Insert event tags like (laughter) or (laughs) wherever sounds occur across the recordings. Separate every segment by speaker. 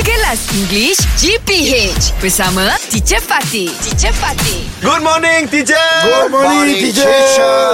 Speaker 1: Kelas English GPH bersama Teacher Fatih. Teacher Fatih.
Speaker 2: Good morning, teacher.
Speaker 3: Good morning, teacher.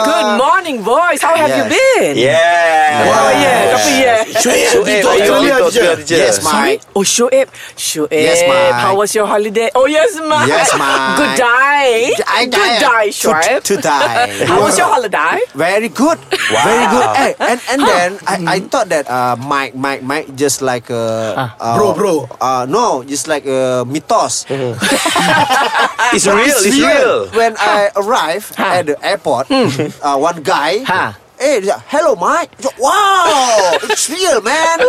Speaker 4: Good morning, boys. How have you
Speaker 3: Uh, Yes.
Speaker 4: been?
Speaker 2: Yeah.
Speaker 4: Oh, yeah.
Speaker 3: Yes.
Speaker 4: Tapi, yeah.
Speaker 3: Shoaib,
Speaker 2: Shoaib,
Speaker 3: you
Speaker 2: I
Speaker 3: talk
Speaker 2: only
Speaker 3: earlier,
Speaker 2: talk
Speaker 3: teacher.
Speaker 2: earlier, teacher.
Speaker 3: Yes, my.
Speaker 4: Oh, Shoaib. Shoaib.
Speaker 3: Yes, ma'am.
Speaker 4: How was your holiday? Oh, yes, ma'am. (laughs)
Speaker 3: Yes, ma'am.
Speaker 4: Good day.
Speaker 3: I die.
Speaker 4: Good day, Shoaib.
Speaker 3: To, to die.
Speaker 4: (laughs) How was your holiday?
Speaker 3: Very good. Very good. Eh, and and then I, I thought that uh, Mike Mike Mike just like a
Speaker 4: Ah.
Speaker 3: uh, bro bro. Uh, no, just like a mythos.
Speaker 2: It's real. It's real.
Speaker 3: When I arrive at the airport, uh, one guy.
Speaker 4: Hmm. Ha.
Speaker 3: Hey, he's like, hello, Mike. He's like, Wow, it's real,
Speaker 4: (laughs)
Speaker 3: man.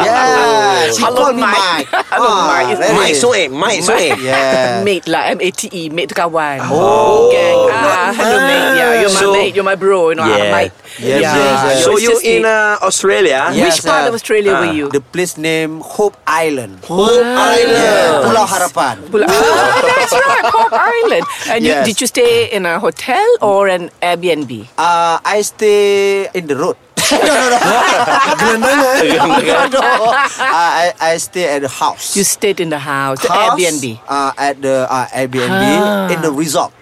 Speaker 3: yeah, she
Speaker 4: Oh. Hello,
Speaker 3: called me
Speaker 4: Mike.
Speaker 3: Mike.
Speaker 4: (laughs)
Speaker 3: Ah,
Speaker 4: Hello, Mike. It's
Speaker 3: very-
Speaker 2: Mike Soeb. Mike Soeb.
Speaker 4: (laughs)
Speaker 3: Yeah.
Speaker 4: Mate lah M-A-T-E E, Mate tu kawan Oh Gang ah, Hello mate yeah, You're my
Speaker 2: So-
Speaker 4: mate You're my bro You know I'm
Speaker 2: Yeah.
Speaker 4: mate
Speaker 3: Yes, yes, yes.
Speaker 2: So
Speaker 4: It's
Speaker 2: you
Speaker 4: just
Speaker 2: in
Speaker 4: it.
Speaker 2: uh, Australia?
Speaker 3: Yeah.
Speaker 4: Which
Speaker 3: Yes,
Speaker 4: part
Speaker 3: uh,
Speaker 4: of Australia were
Speaker 2: ah,
Speaker 4: you?
Speaker 3: The place name Hope Island.
Speaker 2: Hope
Speaker 3: (laughs) Yeah,
Speaker 2: Island.
Speaker 3: Pulau Harapan.
Speaker 4: Pulau- Ah, that's
Speaker 3: (laughs)
Speaker 4: right, Cork Island. And
Speaker 3: Yes.
Speaker 4: you, did you stay in a hotel or an Airbnb?
Speaker 3: Uh, I stay in the
Speaker 4: (laughs)
Speaker 3: road. no, no, no. no, no. Oh, I, I I stay at the house.
Speaker 4: You stayed in the house, the
Speaker 3: House,
Speaker 4: Airbnb.
Speaker 3: Uh, at the uh, Airbnb in the resort.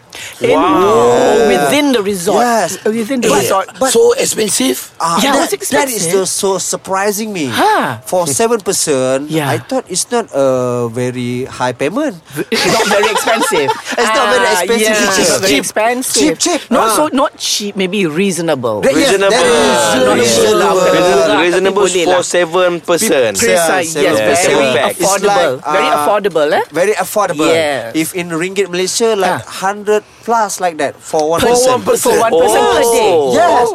Speaker 4: In, oh, within the resort. Uh,
Speaker 3: Yes.
Speaker 4: Within Oh, the resort.
Speaker 5: so expensive.
Speaker 3: Uh,
Speaker 4: Yeah,
Speaker 3: that,
Speaker 4: what's
Speaker 3: that is the,
Speaker 4: expensive?
Speaker 3: so surprising me.
Speaker 4: Huh.
Speaker 3: For seven person,
Speaker 4: Yeah.
Speaker 3: I thought it's not a very high payment.
Speaker 4: It's not very expensive.
Speaker 3: (laughs) It's not very
Speaker 4: Ah,
Speaker 3: expensive.
Speaker 4: Yeah.
Speaker 3: It's
Speaker 4: It's not very
Speaker 3: cheap.
Speaker 4: expensive.
Speaker 3: Cheap, cheap. Ah.
Speaker 4: Not so not cheap, maybe reasonable.
Speaker 3: That- yes, that
Speaker 2: Reasonable.
Speaker 3: is
Speaker 4: Reasonable.
Speaker 3: reasonable.
Speaker 2: Reasonable,
Speaker 4: Reasonable.
Speaker 2: reasonable
Speaker 4: Tapi boleh
Speaker 2: for
Speaker 4: lah.
Speaker 2: seven person.
Speaker 3: People-
Speaker 4: Precise,
Speaker 3: Yeah,
Speaker 4: yes,
Speaker 2: yeah,
Speaker 4: very
Speaker 2: yeah. It's
Speaker 4: affordable.
Speaker 3: like,
Speaker 4: very
Speaker 3: uh,
Speaker 4: affordable, eh?
Speaker 3: Very affordable.
Speaker 4: Yes.
Speaker 3: If in ringgit Malaysia, like hundred plus like that for one
Speaker 4: Per-
Speaker 3: person.
Speaker 4: For one person per
Speaker 2: Oh.
Speaker 4: day.
Speaker 3: (laughs) Yes.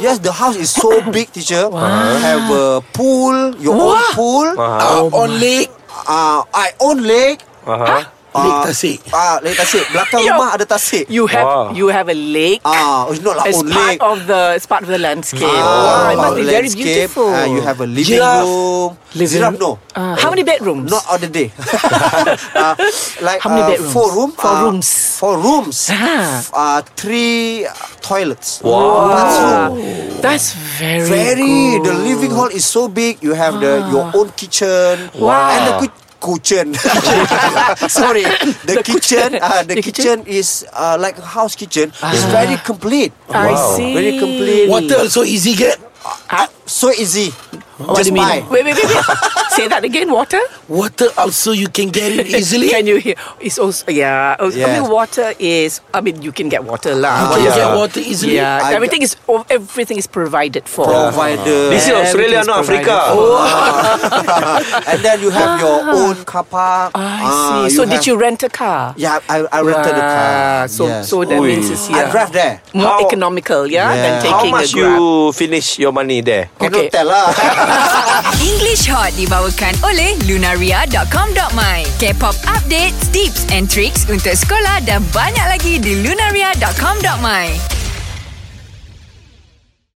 Speaker 3: Yes, the house is so (laughs) big, teacher. Have a pool, your own
Speaker 4: Wah.
Speaker 3: pool. Ah,
Speaker 4: Oh
Speaker 5: Uh, on lake,
Speaker 3: Uh, I own lake.
Speaker 2: Uh-huh.
Speaker 5: lake Tasik.
Speaker 3: Ah, lake tasik. Belakang
Speaker 4: Yo.
Speaker 3: rumah ada tasik.
Speaker 4: You have
Speaker 2: Wow.
Speaker 4: you have a lake.
Speaker 3: Ah, it's not like
Speaker 4: It's
Speaker 3: own
Speaker 4: part
Speaker 3: lake.
Speaker 4: of the it's part of the landscape. wow, it must be very
Speaker 3: Landscape.
Speaker 4: beautiful.
Speaker 3: Ah, you have a living
Speaker 5: Giraffe.
Speaker 3: room.
Speaker 4: Living
Speaker 3: Giraffe, no.
Speaker 4: Ah, how many bedrooms?
Speaker 3: Not on the
Speaker 4: (laughs)
Speaker 3: day. uh, like
Speaker 4: How
Speaker 3: uh,
Speaker 4: many bedrooms?
Speaker 3: Four room.
Speaker 4: Four
Speaker 3: uh,
Speaker 4: rooms.
Speaker 3: Four rooms.
Speaker 4: Ah.
Speaker 3: F- Uh, three uh, toilets.
Speaker 2: Wow.
Speaker 3: Bathroom.
Speaker 4: Ah, That's very
Speaker 3: Very.
Speaker 4: good.
Speaker 3: The living hall is so big. You have the your own kitchen.
Speaker 4: Wow.
Speaker 3: And the cu- kitchen. (laughs) Sorry, the, kitchen. Uh, the,
Speaker 4: The
Speaker 3: kitchen,
Speaker 4: kitchen? Ah.
Speaker 3: is uh, like a house kitchen. It's very complete.
Speaker 4: I see.
Speaker 3: Very complete.
Speaker 5: Water also easy get.
Speaker 3: So easy. Just
Speaker 4: Wait,
Speaker 3: buy.
Speaker 4: wait, wait, wait.
Speaker 3: (laughs)
Speaker 4: Say that again. Water?
Speaker 5: Water also you can get it
Speaker 4: (laughs)
Speaker 5: easily.
Speaker 4: Can you hear? It's also yeah. Oh, I
Speaker 3: Yes. Ah,
Speaker 4: mean, water is. I mean, you can get water
Speaker 5: You
Speaker 4: lah.
Speaker 5: can
Speaker 2: Yeah.
Speaker 5: get water easily.
Speaker 4: Yeah,
Speaker 3: I-
Speaker 4: everything is oh, everything is provided for.
Speaker 3: Provider.
Speaker 2: This is Australia,
Speaker 4: Everything is
Speaker 2: not
Speaker 4: provided.
Speaker 2: Africa.
Speaker 3: (laughs) Oh, ah, and then you have your own car park.
Speaker 4: Ah. I
Speaker 3: Ah,
Speaker 4: see. so did
Speaker 3: have-
Speaker 4: you rent a car?
Speaker 3: Yeah, I, I rented the
Speaker 4: Ah,
Speaker 3: car.
Speaker 4: So
Speaker 3: Yes.
Speaker 4: so Mm, that means it's
Speaker 3: I
Speaker 4: yeah,
Speaker 3: drive there.
Speaker 4: more
Speaker 2: How-
Speaker 4: economical, yeah,
Speaker 3: Yeah.
Speaker 4: than
Speaker 2: How
Speaker 4: taking
Speaker 2: much
Speaker 4: a grab.
Speaker 2: you finish your money there?
Speaker 3: Cannot
Speaker 4: Okay.
Speaker 3: tell lah.
Speaker 1: English Hot dibawakan oleh lunaria.com.my. K-pop updates, tips and tricks untuk sekolah dan banyak lagi di lunaria.com.my.